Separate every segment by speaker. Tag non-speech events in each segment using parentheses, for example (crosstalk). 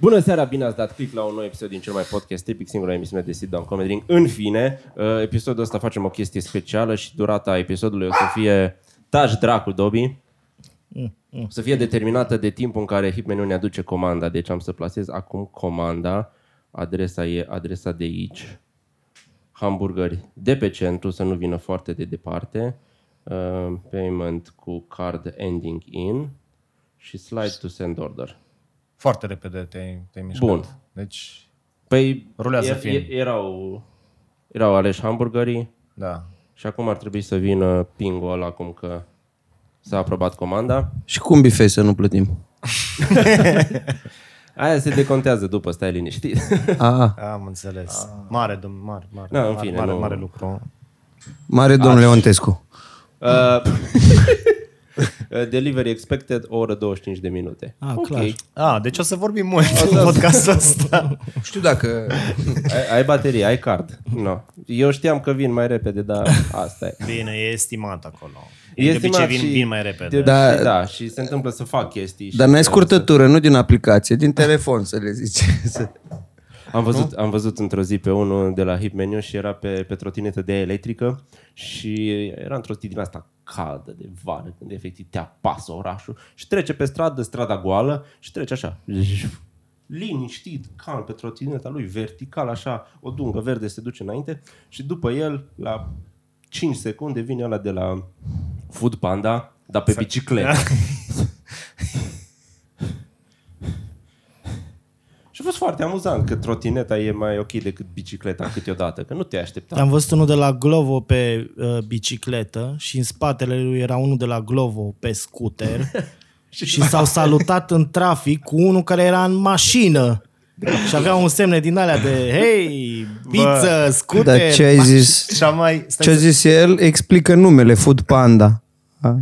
Speaker 1: Bună seara, bine ați dat click la un nou episod din cel mai podcast tipic, singura emisiune de sit-down comedy ring. În fine, uh, episodul ăsta facem o chestie specială și durata episodului o să fie Taj Dracu Dobi. O să fie determinată de timpul în care Hitman nu ne aduce comanda. Deci am să plasez acum comanda. Adresa e adresa de aici. Hamburgeri de pe centru, să nu vină foarte de departe. Uh, payment cu card ending in și slide to send order.
Speaker 2: Foarte repede te-ai, te-ai mișcat.
Speaker 1: Bun.
Speaker 2: Deci,
Speaker 1: Păi
Speaker 2: Rulează
Speaker 1: er-
Speaker 2: fin.
Speaker 1: er- erau, erau aleși hamburgerii
Speaker 2: da.
Speaker 1: și acum ar trebui să vină pingul ăla acum că s-a aprobat comanda.
Speaker 3: Și cum bifei să nu plătim?
Speaker 1: Aia se decontează după, stai liniștit. (laughs)
Speaker 3: A,
Speaker 2: Am înțeles. A... Mare, domn, mare, mare,
Speaker 1: Da, în
Speaker 2: mare,
Speaker 1: fine,
Speaker 2: mare,
Speaker 1: nu-
Speaker 2: mare lucru.
Speaker 3: mare domnule Ontescu.
Speaker 1: Uh, (laughs) delivery expected, o oră 25 de minute.
Speaker 4: Ah, clar.
Speaker 2: A, deci o să vorbim mult în podcastul ăsta.
Speaker 3: Nu știu dacă...
Speaker 1: Ai, ai baterie, ai card. No. Eu știam că vin mai repede, dar asta e.
Speaker 2: Bine, e estimat acolo.
Speaker 1: E
Speaker 2: E de obicei
Speaker 1: estimat
Speaker 2: vin,
Speaker 1: și
Speaker 2: vin mai repede.
Speaker 1: De,
Speaker 2: Da.
Speaker 1: da,
Speaker 3: Da.
Speaker 1: da, și se întâmplă să fac chestii. și
Speaker 3: Dar n-ai
Speaker 1: să-
Speaker 3: scurtătură, nu din aplicație, din telefon să le zici. Să-
Speaker 1: Am văzut, am văzut într-o zi pe unul de la Hip Menu și era pe, pe trotinetă de aia electrică și era într-o zi din asta caldă de vară, când efectiv te apasă orașul și trece pe stradă, strada goală și trece așa. Liniștit, calm, pe trotineta lui, vertical, așa, o dungă verde se duce înainte și după el, la 5 secunde, vine ăla de la Food Panda, dar pe bicicletă. Și a fost foarte amuzant că trotineta e mai ok decât bicicleta câteodată, că nu te aștepta.
Speaker 4: Da. Am văzut unul de la Glovo pe uh, bicicletă și în spatele lui era unul de la Glovo pe scooter
Speaker 2: (laughs)
Speaker 4: și s-au salutat în trafic cu unul care era în mașină și avea un semne din alea de hei, pizza, scooter.
Speaker 3: Dar ce ai zis?
Speaker 2: (laughs) Și am mai... Stai
Speaker 3: Ce a
Speaker 2: să...
Speaker 3: zis el? Explică numele, Food Panda. A?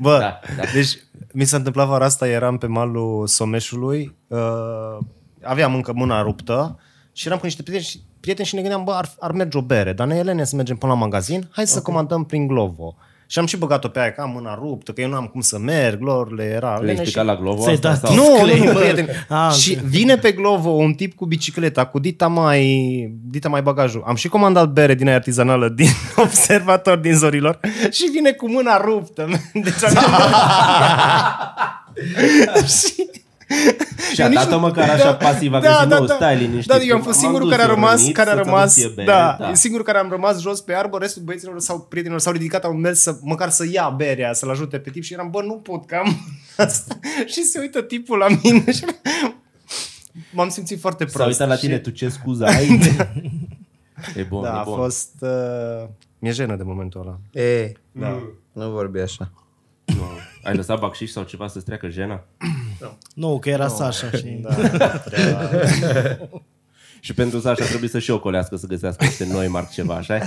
Speaker 2: Bă,
Speaker 1: Da,
Speaker 2: da,
Speaker 1: da.
Speaker 2: da. deci mi s-a întâmplat vara asta, eram pe malul Someșului, uh, aveam încă mâna ruptă și eram cu niște prieteni și, prieteni și ne gândeam, bă, ar, ar merge o bere, dar noi elene să mergem până la magazin, hai să okay. comandăm prin Glovo. Și am și băgat-o pe aia că am mâna ruptă, că eu nu am cum să merg, lor le era
Speaker 1: Le-ai
Speaker 2: lene și
Speaker 1: explicat la Glovo
Speaker 4: Ți-ai
Speaker 1: asta?
Speaker 4: dat
Speaker 1: Sau?
Speaker 4: timp?
Speaker 2: nu, nu, nu,
Speaker 4: Disclaimer.
Speaker 2: prieten.
Speaker 4: Ah,
Speaker 2: și
Speaker 4: ok.
Speaker 2: vine pe Glovo un tip cu bicicleta, cu dita mai, dita mai bagajul. Am și comandat bere din aia artizanală din (laughs) observator din zorilor și vine cu mâna ruptă. (laughs) Deci am... și...
Speaker 1: Și a
Speaker 2: eu nici
Speaker 1: dat-o
Speaker 2: nu-
Speaker 1: măcar așa pasiv, agresiv, nu, stai liniștit,
Speaker 2: Da, eu am
Speaker 1: că
Speaker 2: fost
Speaker 1: m-am
Speaker 2: singurul
Speaker 1: dus,
Speaker 2: care a
Speaker 1: eu
Speaker 2: rămas,
Speaker 1: venit
Speaker 2: care a
Speaker 1: să nu
Speaker 2: rămas,
Speaker 1: fie bere,
Speaker 2: da,
Speaker 1: da.
Speaker 2: e singurul care am rămas jos pe arbor, restul băieților sau prietenilor s-au ridicat, au mers să, măcar să ia berea, să-l ajute pe tip și eram, bă, nu pot, că am (laughs) asta. și se uită tipul la mine și m-am simțit foarte prost.
Speaker 1: S-a uitat la tine,
Speaker 2: și,
Speaker 1: tu ce scuză
Speaker 2: (laughs)
Speaker 1: ai? E bun,
Speaker 2: Da,
Speaker 1: e
Speaker 2: a
Speaker 1: bun.
Speaker 2: fost... Uh, mi-e jenă de momentul ăla.
Speaker 3: E, da. nu vorbi așa.
Speaker 1: Nu. Ai lăsat bacșiș sau ceva să-ți treacă jena?
Speaker 4: Nu, că era Sasha și... Da.
Speaker 1: Și pentru asta așa trebuie să și ocolească să găsească niște noi marc ceva, așa
Speaker 4: (laughs)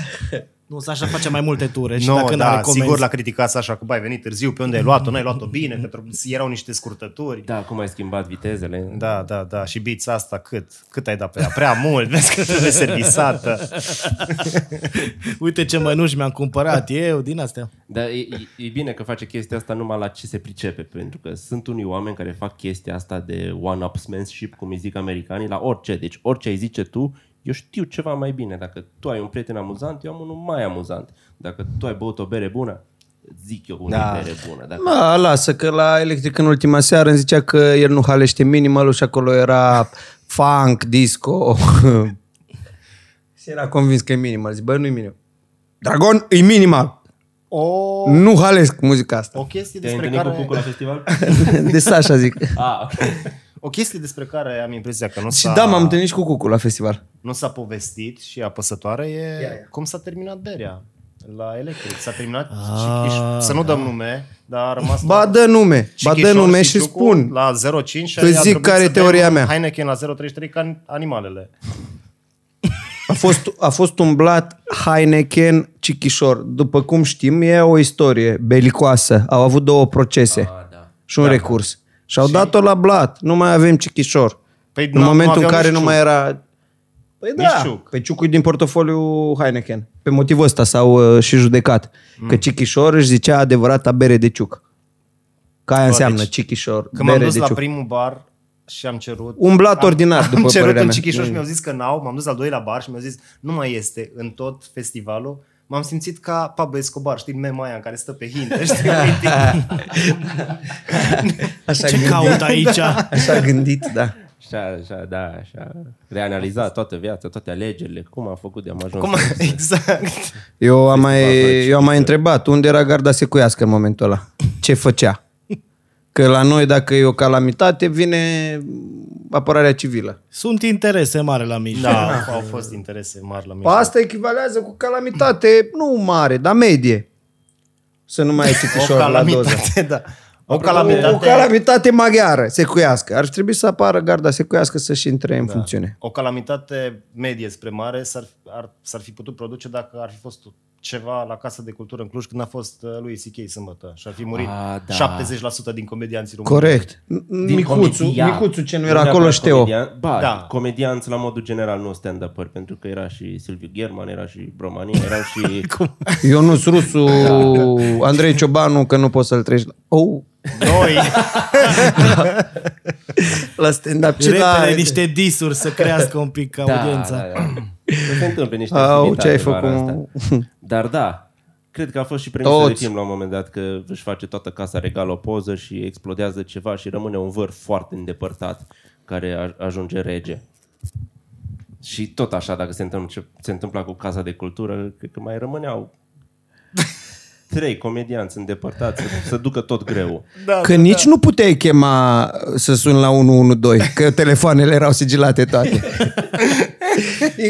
Speaker 4: Nu, Sasha face mai multe ture și
Speaker 2: Nu, da,
Speaker 4: dacă n-are comenzi...
Speaker 2: sigur l-a criticat așa cu, bai, venit târziu, pe unde ai luat-o, n-ai luat-o bine, că tr- erau niște scurtături.
Speaker 1: Da, cum ai schimbat vitezele?
Speaker 2: Da, da, da. Și bița asta cât? Cât ai dat pe ea? Prea mult, (laughs) vezi că trebuie servisată.
Speaker 4: Uite ce mănuși mi-am cumpărat eu din astea.
Speaker 1: Dar e, e, e bine că face chestia asta numai la ce se pricepe, pentru că sunt unii oameni care fac chestia asta de one-upsmanship, cum îi zic americanii, la orice. Deci orice ai zice tu, eu știu ceva mai bine. Dacă tu ai un prieten amuzant, eu am unul mai amuzant. Dacă tu ai băut o bere bună, îți zic eu unde da.
Speaker 2: Da.
Speaker 1: bere bună. Dacă...
Speaker 3: Mă, lasă că la Electric în ultima seară îmi zicea că el nu halește minimalul și acolo era funk, disco. (laughs) și era convins că e minimal. Zic, bă, nu e minimal. Dragon, e minimal.
Speaker 2: O,
Speaker 3: Nu halesc muzica asta.
Speaker 2: o chestie
Speaker 1: Te-ai
Speaker 2: despre
Speaker 1: întâlnit care... cu
Speaker 2: care...
Speaker 1: Cucu la festival?
Speaker 3: (laughs) De așa zic.
Speaker 1: (laughs) ah,
Speaker 2: O chestie despre care am impresia că nu
Speaker 3: Și
Speaker 2: s-a,
Speaker 3: da, m-am întâlnit și cu Cucu la festival.
Speaker 2: nu s-a povestit și e apăsătoare e cum s-a terminat berea la electric. S-a terminat și, și, să nu dăm nume, dar a rămas...
Speaker 3: Ah, da. Ba
Speaker 2: la-
Speaker 3: dă nume, ba dă
Speaker 2: Chichișor
Speaker 3: nume și
Speaker 2: Ciucu
Speaker 3: spun.
Speaker 2: La 05 și
Speaker 3: Îți
Speaker 2: a
Speaker 3: zic
Speaker 2: trebuit
Speaker 3: care
Speaker 2: să
Speaker 3: e teoria
Speaker 2: bem
Speaker 3: mea.
Speaker 2: Heineken la 033 ca animalele.
Speaker 3: A fost, a fost umblat Heineken Cichișor. După cum știm, e o istorie belicoasă. Au avut două procese
Speaker 1: ah, da.
Speaker 3: și un recurs. Și au dat-o la blat. Nu mai avem Cichișor.
Speaker 2: da. Păi n-a-
Speaker 3: în
Speaker 2: nu
Speaker 3: momentul în
Speaker 2: aveau
Speaker 3: care
Speaker 2: nici
Speaker 3: nu mai era... Păi
Speaker 2: Nici
Speaker 3: da,
Speaker 2: Ciuc.
Speaker 3: pe Ciucu din portofoliu Heineken. Pe motivul ăsta s-au uh, și judecat. Mm. Că Cichișor își zicea adevărata bere de Ciuc. Ca aia înseamnă
Speaker 2: deci,
Speaker 3: Cichișor,
Speaker 2: Când m-am
Speaker 3: bere
Speaker 2: dus
Speaker 3: de
Speaker 2: la
Speaker 3: ciuc.
Speaker 2: primul bar și am cerut...
Speaker 3: Umblat ordinar,
Speaker 2: am,
Speaker 3: după
Speaker 2: am cerut
Speaker 3: părerea
Speaker 2: un
Speaker 3: mea.
Speaker 2: cichișor și
Speaker 3: Mm. (laughs)
Speaker 2: mi-au zis că n-au. M-am dus la al doilea bar și mi-au zis nu mai este în tot festivalul. M-am simțit ca Pablo Escobar, știi, mema aia în care stă pe hinte, (laughs)
Speaker 3: (laughs)
Speaker 2: știi,
Speaker 3: Da.
Speaker 2: uite.
Speaker 3: Așa
Speaker 4: Ce
Speaker 3: gândit,
Speaker 4: caut aici? Da.
Speaker 3: așa gândit, da.
Speaker 1: Așa, așa, da, așa. Reanaliza toată viața, toate alegerile, cum a făcut de am ajuns.
Speaker 2: Cum, exact.
Speaker 3: Eu am, mai,
Speaker 1: Festival,
Speaker 3: eu am mai întrebat unde era garda secuiască în momentul ăla. Ce făcea? Că la noi, dacă e o calamitate, vine apărarea civilă.
Speaker 4: Sunt interese mari la
Speaker 2: (laughs)
Speaker 4: mijloc.
Speaker 2: Da, au fost interese mari la mine.
Speaker 3: Asta echivalează cu calamitate, nu mare, dar medie. Să nu mai ai
Speaker 2: o
Speaker 3: cichișor la doză.
Speaker 2: calamitate, da. O
Speaker 3: O
Speaker 2: calamitate,
Speaker 3: calamitate maghiară, secuiască. Ar trebui să apară garda secuiască să-și intre în funcțiune.
Speaker 2: o calamitate medie spre mare s-ar, ar, s-ar fi putut produce dacă ar fi fost ceva la Casa de Cultură în Cluj când a fost uh, lui C.K. sâmbătă și ar fi murit
Speaker 1: Ah, da.
Speaker 2: da. 70% din comedianții români.
Speaker 3: Corect. Micuțu,
Speaker 1: comedia.
Speaker 3: Micuțu ce nu era
Speaker 1: neapărat
Speaker 3: acolo, șteo.
Speaker 1: comedian- Ba, da.
Speaker 2: Da.
Speaker 1: comedianți la modul general, nu stand-up-ări, pentru că era și Silviu German, era și Bromania, erau
Speaker 3: (laughs)
Speaker 1: și...
Speaker 3: Ionuț Rusu, Andrei Ciobanu, că nu poți să-l treci. la- Oh, (laughs)
Speaker 2: Noi,
Speaker 3: la stand-up. Ce la...
Speaker 4: Repede niște disuri să crească un pic audiența.
Speaker 1: Da, da, da. O Se întâmplă niște
Speaker 3: Au,
Speaker 1: activitate
Speaker 3: ce ai
Speaker 1: vara
Speaker 3: făcut?
Speaker 1: asta. Dar da, cred că a fost și premisa de
Speaker 3: Toți.
Speaker 1: film la un moment dat că își face toată casa regală o poză și explodează ceva și rămâne un văr foarte îndepărtat care a- ajunge rege. Și tot așa, dacă se întâmplă ce se întâmpla cu Casa de Cultură, cred că mai rămâneau
Speaker 3: (laughs)
Speaker 1: trei comedianți îndepărtați să, să ducă tot greu.
Speaker 3: Că nici nu puteai chema să suni la 112, (laughs) că telefoanele erau sigilate (laughs) toate.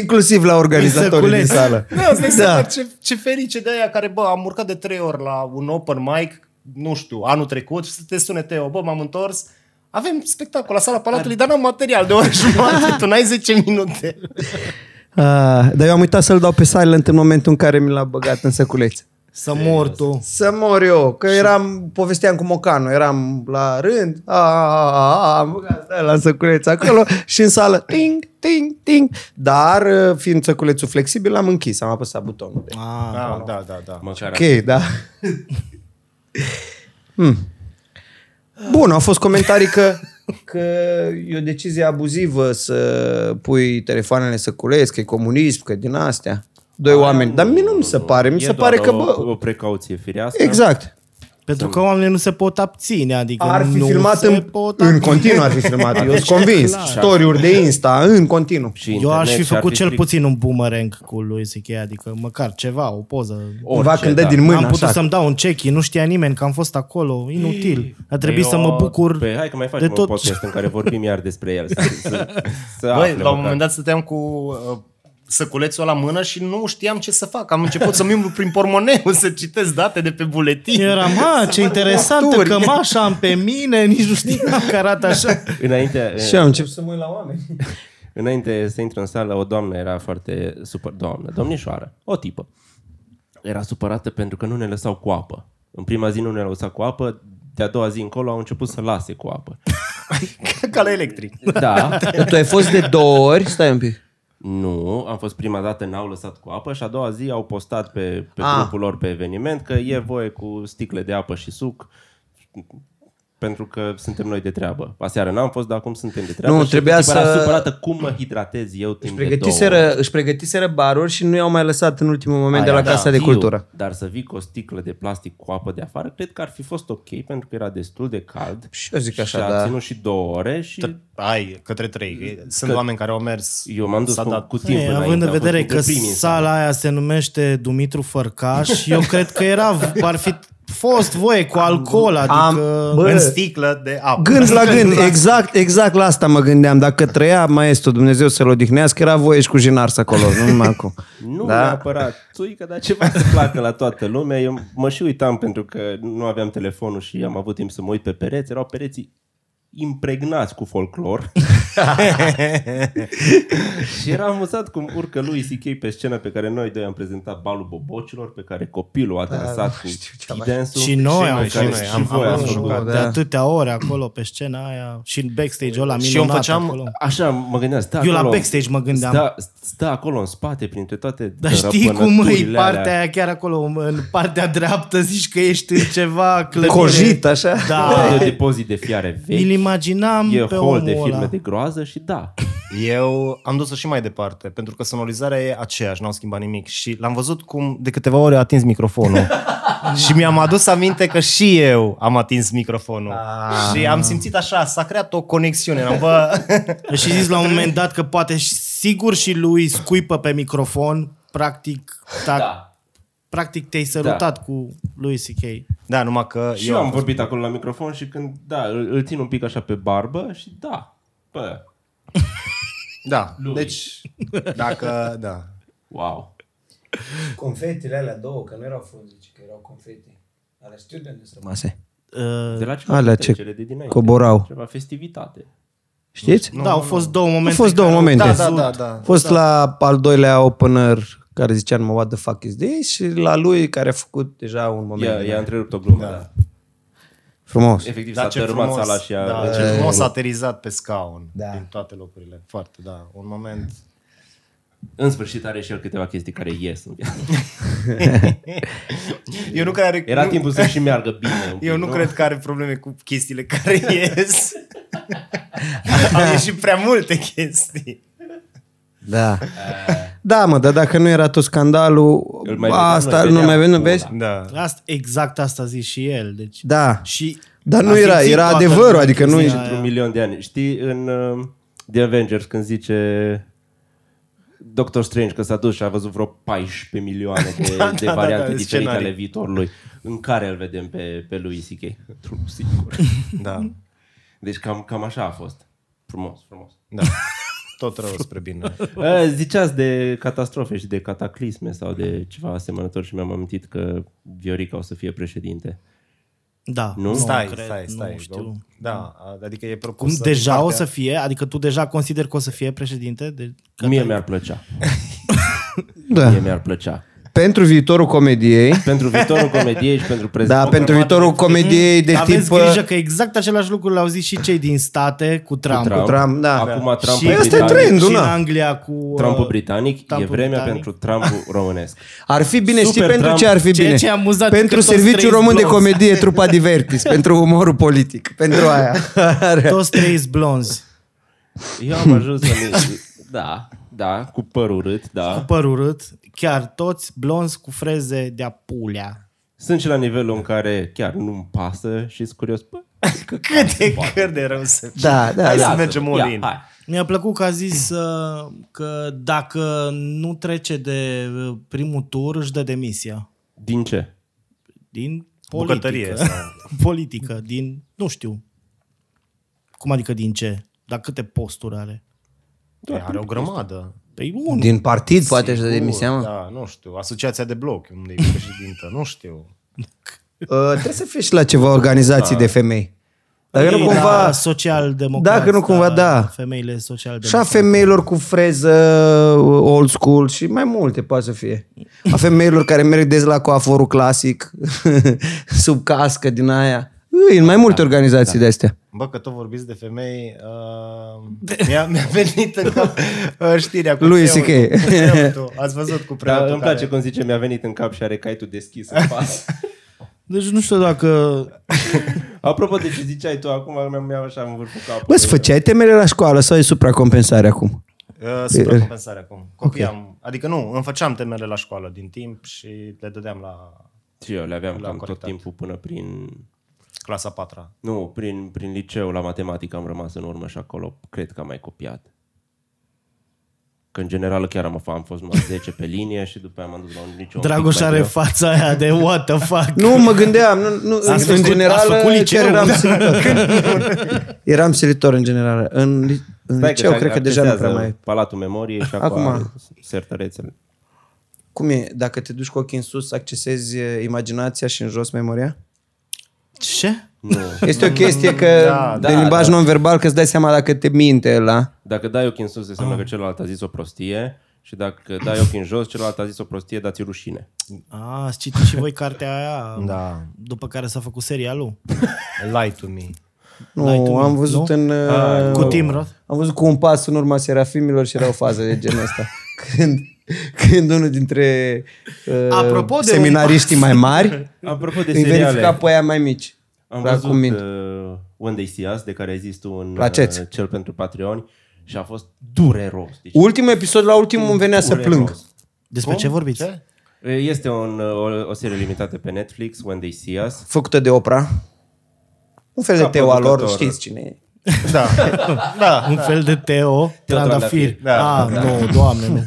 Speaker 3: Inclusiv la organizatorii din
Speaker 4: Săculeț.
Speaker 3: (laughs) sală.
Speaker 2: da, îți dai seama ce, ce ferice de aia care, bă, am urcat de trei ori la un open mic, nu știu, anul trecut și să te sune Teo, bă, m-am întors, avem spectacol la sala Palatului, dar n-am material de o oră jumătate, tu n-ai 10 minute.
Speaker 3: Ah, dar eu am uitat să-l dau pe silent în momentul în care mi l-a băgat în săculeț.
Speaker 4: Să mor tu.
Speaker 3: Să mor eu, că eram, povesteam cu Mocanu, eram la rând, a, a, a, a, am băgat ăla în săculeț (laughs) acolo și în sală, ting, ting, ting. Dar, uh, fiind săculețul flexibil, am închis, am apăsat butonul. De...
Speaker 4: Ah,
Speaker 2: Da, da, da, da.
Speaker 1: Măcar
Speaker 3: Ok, da. hmm. Bun, au fost comentarii că, că e o decizie abuzivă să pui telefoanele să culezi, că e comunism, că e din astea. Doi oameni. Dar mie nu mi se pare. Mi
Speaker 1: e
Speaker 3: se
Speaker 1: doar
Speaker 3: pare că,
Speaker 1: o,
Speaker 3: bă,
Speaker 1: o precauție firească.
Speaker 3: exact.
Speaker 4: pentru că oamenii nu se pot abține, adică
Speaker 3: Ar fi
Speaker 4: nu
Speaker 3: filmat
Speaker 4: se
Speaker 3: în,
Speaker 4: pot
Speaker 3: în
Speaker 4: abține.
Speaker 3: continuu, ar fi filmat. Eu sunt
Speaker 4: Deci,
Speaker 3: convins.
Speaker 4: clar. da.
Speaker 3: Story-uri de Insta, în continuu.
Speaker 1: Și
Speaker 4: Eu
Speaker 1: internet
Speaker 4: aș
Speaker 1: și
Speaker 4: fi
Speaker 1: ar
Speaker 4: făcut
Speaker 1: fi
Speaker 4: cel
Speaker 1: strict
Speaker 4: puțin un boomerang cu lui CK, adică măcar ceva, o poză.
Speaker 3: Cumva când dă
Speaker 1: da.
Speaker 3: din mână,
Speaker 4: am putut
Speaker 3: așa.
Speaker 4: să-mi dau un check nu știa nimeni că am fost acolo, inutil. A trebuit
Speaker 1: Eu-
Speaker 4: să mă bucur
Speaker 1: Păi hai că mai facem
Speaker 4: de
Speaker 1: un tot.
Speaker 4: tot.
Speaker 1: podcast în care vorbim iar despre el. Să, să, să
Speaker 2: (laughs)
Speaker 1: afle
Speaker 2: Băi, la un
Speaker 1: măcar.
Speaker 2: moment dat stăteam cu uh, săculețul la mână și nu știam ce să fac. Am început să-mi umblu prin pormoneu, să citesc date de pe buletin.
Speaker 4: (laughs) Eram, a, ce interesantă
Speaker 3: mături."
Speaker 4: cămașa am pe mine, (laughs) nici nu știam că arată așa. (laughs)
Speaker 1: Înainte,
Speaker 3: Și am început să mă uit la oameni.
Speaker 1: înainte să intru în sală, o doamnă era foarte super doamnă, domnișoară, o tipă. Era supărată pentru că nu ne lăsau cu apă. În prima zi nu ne lăsau cu apă, de-a doua zi încolo au început să lase cu apă.
Speaker 2: Ca la electric.
Speaker 1: Da,
Speaker 3: Tu ai fost de două ori? Stai un pic.
Speaker 1: Nu, am fost prima dată, n-au lăsat cu apă și a doua zi au postat pe, pe
Speaker 3: Ah.
Speaker 1: grupul lor pe eveniment că e voie cu sticle de apă și suc pentru că suntem noi de treabă. Aseară n-am fost, dar acum suntem de treabă.
Speaker 3: Nu,
Speaker 1: și
Speaker 3: trebuia
Speaker 1: tipa era
Speaker 3: să-
Speaker 1: supărată cum mă hidratez eu timp de două.
Speaker 3: Pregătiseră, își pregătiseră baruri și nu i-au mai lăsat în ultimul moment
Speaker 1: Aia,
Speaker 3: de la
Speaker 1: da,
Speaker 3: Casa de
Speaker 1: știu,
Speaker 3: Cultură.
Speaker 1: Dar să vii cu o sticlă de plastic cu apă de afară, cred că ar fi fost ok pentru că era destul de cald.
Speaker 3: Și eu zic
Speaker 1: și
Speaker 3: așa,
Speaker 1: a
Speaker 3: da.
Speaker 1: ținut și două ore și...
Speaker 2: Ai, către trei. Sunt
Speaker 1: Că-
Speaker 2: oameni care au mers.
Speaker 1: eu m-am dus
Speaker 2: s-a
Speaker 1: cu,
Speaker 2: dat.
Speaker 1: cu timpul
Speaker 4: Ei, având
Speaker 1: înainte, am
Speaker 4: în
Speaker 1: fost
Speaker 4: vedere că
Speaker 1: dintre primii în sală.
Speaker 4: sala aia se numește Dumitru Fărcaș, eu cred că era, ar fi fost voie cu alcool,
Speaker 3: Am-
Speaker 4: adică...
Speaker 3: bă,
Speaker 2: În sticlă de apă.
Speaker 3: Gând la gând, exact, exact la asta mă gândeam. Dacă trăia maestru, Dumnezeu să-l odihnească, era voie și cu jinars acolo, nu numai
Speaker 1: (laughs)
Speaker 3: acum.
Speaker 1: Nu da?
Speaker 3: Da?
Speaker 1: neapărat țuică, dar ceva să placă la toată lumea. Eu mă și uitam pentru că nu aveam telefonul și am avut timp să mă uit pe pereți. Erau pereții impregnați cu folclor. și era amuzat cum urcă lui C.K. pe scenă pe care noi doi am prezentat balul bobocilor, pe care copilul a dansat cu T-dance-ul.
Speaker 4: Și noi am
Speaker 1: care
Speaker 2: și noi,
Speaker 1: și
Speaker 2: am-
Speaker 1: voi
Speaker 2: am
Speaker 1: ați
Speaker 2: jucat.
Speaker 1: jucat.
Speaker 4: De
Speaker 3: Da.
Speaker 4: atâtea ore acolo pe scena aia și în backstage ăla minunat
Speaker 2: Și eu îmi făceam-
Speaker 4: acolo.
Speaker 1: Așa mă gândeam, stă
Speaker 4: Eu
Speaker 1: acolo,
Speaker 4: la backstage mă gândeam.
Speaker 1: Stă, stă acolo în spate printre toate
Speaker 4: Dar știi cum e
Speaker 1: răpânăturile alea.
Speaker 4: partea aia chiar acolo, în partea dreaptă zici că ești în ceva clădire.
Speaker 3: Cojit, așa?
Speaker 4: Da.
Speaker 1: de depozit de fiare
Speaker 4: Îl
Speaker 1: vechi,
Speaker 4: imaginam
Speaker 1: e
Speaker 4: pe
Speaker 1: hol
Speaker 4: omul
Speaker 1: de filme
Speaker 4: ăla.
Speaker 1: de groază și da.
Speaker 2: Eu am dus-o și mai departe, pentru că sonorizarea e aceeași, n-au schimbat nimic. Și l-am văzut cum de câteva ori a atins microfonul. și mi-am adus aminte că și eu am atins microfonul. Și am simțit așa, s-a creat o conexiune. Am, bă,
Speaker 4: Și zis la un moment dat că poate și- sigur și lui scuipă pe microfon, practic, ta,
Speaker 1: da.
Speaker 4: practic te-ai sărutat cu lui C.K.
Speaker 2: (laughs) da, numai că
Speaker 1: Și eu am vorbit acolo la microfon și când, da, îl, îl țin un pic așa pe barbă și da, bă,
Speaker 2: Da,
Speaker 1: Lui.
Speaker 2: deci
Speaker 1: (laughs)
Speaker 2: dacă, da.
Speaker 1: wow.
Speaker 5: Confetile alea două, că nu erau frunzici, că erau confeti. Alea știu de unde să mă...
Speaker 3: Mase.
Speaker 4: Uh,
Speaker 1: De la ce
Speaker 3: Alea
Speaker 1: parte?
Speaker 3: ce
Speaker 1: Cele de dinainte.
Speaker 3: coborau.
Speaker 1: Ceva festivitate.
Speaker 3: Știți?
Speaker 4: da, au fost două momente.
Speaker 3: Au fost
Speaker 4: care
Speaker 3: două
Speaker 4: au
Speaker 3: momente.
Speaker 4: căzut.
Speaker 2: Da, da, da.
Speaker 3: A fost la al doilea opener care zicea numai what the fuck is this și la lui care a făcut deja un moment
Speaker 1: I-a,
Speaker 3: de-
Speaker 1: i-a întrerupt o glumă, da. da.
Speaker 3: frumos.
Speaker 1: Efectiv
Speaker 2: Dar
Speaker 1: s-a
Speaker 2: ce
Speaker 1: tărâmat
Speaker 2: frumos,
Speaker 1: sala și a...
Speaker 2: da, ce frumos a aterizat pe scaun
Speaker 3: Da.
Speaker 2: da. din toate locurile. Foarte, da, un moment.
Speaker 1: În sfârșit are și el câteva chestii care ies în viață.
Speaker 2: Eu nu cred că are,
Speaker 1: Era
Speaker 2: nu,
Speaker 1: timpul să și meargă bine. un pic,
Speaker 2: Eu nu,
Speaker 1: nu
Speaker 2: cred că are probleme cu chestiile care (laughs) ies. Au ieșit prea multe chestii.
Speaker 1: Eh.
Speaker 3: Da. Da, mă, dar dacă nu era tot scandalul,
Speaker 1: Îl mai vedeam,
Speaker 3: asta
Speaker 1: noi
Speaker 3: nu mai
Speaker 1: vedeam.
Speaker 3: vedem, vezi?
Speaker 2: Da.
Speaker 4: Asta, exact asta a zis și el. Deci,
Speaker 3: Da.
Speaker 4: Și
Speaker 3: Dar nu
Speaker 4: a
Speaker 3: era,
Speaker 4: simțit
Speaker 3: era
Speaker 4: toată
Speaker 3: adevărul,
Speaker 4: lumea
Speaker 3: adică nu
Speaker 4: chestia
Speaker 3: e...
Speaker 4: aia.
Speaker 1: Într-un milion de ani. Știi, în uh, The Avengers, când zice Doctor Strange că s-a dus și a văzut vreo 14 milioane de, da, de
Speaker 2: da,
Speaker 1: variante
Speaker 2: da, de
Speaker 1: diferite
Speaker 2: scenarii.
Speaker 1: ale viitorului, în care îl vedem pe, pe lui C.K. Într-unul singur.
Speaker 2: Da.
Speaker 1: Deci cam, cam așa a fost. Frumos, frumos.
Speaker 2: Da. Tot rău spre bine.
Speaker 1: A, Ziceați de catastrofe și de cataclisme sau de ceva asemănător și mi-am amintit că Viorica o să fie președinte.
Speaker 4: Da.
Speaker 1: Nu?
Speaker 2: Stai,
Speaker 4: cred,
Speaker 2: stai, stai.
Speaker 4: nu știu.
Speaker 2: Da, adică e propus.
Speaker 4: Cum deja o să fie? Adică tu deja consider că o să fie președinte? De...
Speaker 1: Că Mie mi-ar plăcea. Mie
Speaker 3: Da.
Speaker 1: mi-ar plăcea.
Speaker 3: Pentru viitorul comediei,
Speaker 1: Pentru viitorul comediei și pentru prezent.
Speaker 3: da, pentru viitorul comediei de
Speaker 4: Aveți
Speaker 3: tip...
Speaker 4: tip, grijă că exact același lucru l-au zis și cei din state cu Trump.
Speaker 1: Trump.
Speaker 3: Trump, da.
Speaker 1: Acum Trump
Speaker 4: Și-
Speaker 1: e
Speaker 3: Păi ăsta e
Speaker 1: britanic.
Speaker 3: trend.
Speaker 4: și în
Speaker 3: na.
Speaker 4: Anglia cu... uh,
Speaker 1: Trumpul britanic e
Speaker 4: Trumpul
Speaker 1: vremea
Speaker 4: britanic.
Speaker 1: pentru Trumpul românesc.
Speaker 3: Ar fi bine,
Speaker 1: Super
Speaker 3: știi pentru
Speaker 1: Trump.
Speaker 3: ce ar fi
Speaker 4: Ceea
Speaker 3: bine?
Speaker 4: ce e amuzant
Speaker 3: pentru
Speaker 4: că toți
Speaker 3: Serviciul
Speaker 4: trei
Speaker 3: Român de
Speaker 4: zblonzi.
Speaker 3: Comedie, trupa Divertis, pentru umorul politic, pentru aia.
Speaker 4: Toți trei sunt blonzi.
Speaker 1: (laughs) Eu am ajuns la mi- Da, da, cu păr urât, da.
Speaker 4: Păr urât. Chiar toți blonzi cu freze de-a pulea.
Speaker 1: Sunt și la nivelul în care chiar nu-mi pasă și sunt curios. Bă,
Speaker 2: Cât de cât de rău să fie.
Speaker 3: (laughs) Da, da,
Speaker 2: Hai
Speaker 3: da.
Speaker 2: să mergem all in.
Speaker 1: hai.
Speaker 4: Mi-a plăcut că a zis uh, că dacă nu trece de uh, primul tur, își dă demisia.
Speaker 1: Din ce?
Speaker 4: Din politică.
Speaker 2: Bucătărie. sau-
Speaker 4: (laughs) politică, din, nu știu. Cum adică din ce? Dar câte posturi are?
Speaker 2: Păi Are o grămadă.
Speaker 4: Păi unul.
Speaker 3: Din partid, poate, își dă demisia, mă.
Speaker 2: Da, nu știu. Asociația de bloc, unde e președintă, nu știu.
Speaker 3: Uh, Trebuie să fie și la ceva organizații de femei. Dacă nu
Speaker 4: Ei,
Speaker 3: cumva...
Speaker 4: da, social democrat.
Speaker 3: Dacă nu cumva, da.
Speaker 4: Femeile social
Speaker 3: Și a
Speaker 4: democrate.
Speaker 3: femeilor cu freză old school și mai multe poate să fie. A femeilor care merg des la coaforul clasic, (laughs) sub cască din aia. Ui, În mai multe organizații de astea.
Speaker 2: Bă, că tot vorbiți de femei, uh, mi-a, mi-a venit în
Speaker 3: (laughs)
Speaker 2: cap uh, știrea cu
Speaker 3: Lui
Speaker 2: preotul.
Speaker 3: CK.
Speaker 2: Cu preotul. Ați văzut cu
Speaker 1: Da,
Speaker 2: preotul
Speaker 1: îmi place
Speaker 2: care...
Speaker 1: cum zice, mi-a venit în cap și are caitul deschis în pas.
Speaker 4: Deci nu știu dacă...
Speaker 1: Apropo de ce ziceai tu acum, mi-am mi-am așa în vârful capului.
Speaker 3: Bă, îți făceai temele la școală sau e supracompensare acum?
Speaker 2: Uh, supracompensare acum. Copiam, okay. adică nu, îmi făceam temele la școală din timp și le dădeam la
Speaker 1: Și eu le aveam cam tot
Speaker 2: corectat.
Speaker 1: timpul până prin...
Speaker 2: clasa patra.
Speaker 1: Nu, prin, prin liceu, la matematică am rămas în urmă și acolo cred că am mai copiat. Că în general chiar am, am fost numai 10 pe linie și după aia m-am dus la un liceu. un
Speaker 4: Dragoș
Speaker 1: pic mai
Speaker 4: are
Speaker 1: greu.
Speaker 4: fața aia de what the fuck.
Speaker 3: Nu, mă gândeam, nu, nu, în,
Speaker 4: făcut-
Speaker 3: în general,
Speaker 4: ați făcut liceu?
Speaker 3: chiar eram silitor. eram silitor în general. În, li- în
Speaker 1: Stai
Speaker 3: liceu,
Speaker 1: se
Speaker 3: cred că deja nu prea
Speaker 1: accesează
Speaker 3: mai...
Speaker 1: Palatul Memoriei și acum,
Speaker 3: Acum.
Speaker 1: acum. sertărețele.
Speaker 3: Cum e? eh, Dacă te duci cu ochii în sus, accesezi e, imaginația și în jos memoria?
Speaker 4: Ce?
Speaker 1: Nu.
Speaker 3: Este o chestie că da, de
Speaker 1: da,
Speaker 3: limbaj
Speaker 1: da.
Speaker 3: non-verbal că îți dai seama dacă te minte la.
Speaker 1: Dacă dai ochii în sus, înseamnă
Speaker 3: Ah.
Speaker 1: că celălalt a zis o prostie și dacă dai ochii în jos, celălalt a zis o prostie, dați rușine.
Speaker 4: A, ați citit și voi cartea aia
Speaker 2: Da.
Speaker 4: după care s-a făcut serialul?
Speaker 2: Lie to me.
Speaker 4: N-ai tu
Speaker 3: Nu, am
Speaker 4: nimic,
Speaker 3: văzut
Speaker 4: nu?
Speaker 3: în... uh,
Speaker 4: Cu Tim Roth?
Speaker 3: Am văzut cu un pas în urma serafimilor și era o fază de genul
Speaker 1: (laughs)
Speaker 3: ăsta. Când, când unul dintre uh,
Speaker 4: Apropo de un
Speaker 3: seminariștii mai mari
Speaker 1: Apropo de
Speaker 3: îi verifica
Speaker 1: seriale,
Speaker 3: pe aia mai mici.
Speaker 1: am
Speaker 3: la
Speaker 1: văzut
Speaker 3: cum Da, mint.
Speaker 1: uh, When They See Us, de care ai zis tu în
Speaker 3: La ceți.
Speaker 1: uh, cel pentru Patreon și a fost dureros. Deci,
Speaker 3: Ultimul episod, la ultimul îmi venea să
Speaker 1: dureros.
Speaker 3: plâng.
Speaker 4: Despre ce vorbiți?
Speaker 1: Este un, uh, o, o serie limitată pe Netflix, When They See Us.
Speaker 3: Făcută de Oprah. Un fel
Speaker 1: Ca
Speaker 3: de teo al lor,
Speaker 1: producător.
Speaker 3: știți cine e.
Speaker 2: Da. da.
Speaker 1: (laughs)
Speaker 4: Un fel de Teo Trandafir.
Speaker 1: Trandafir.
Speaker 2: Da,
Speaker 4: Da, ah, nu, doamne, nu.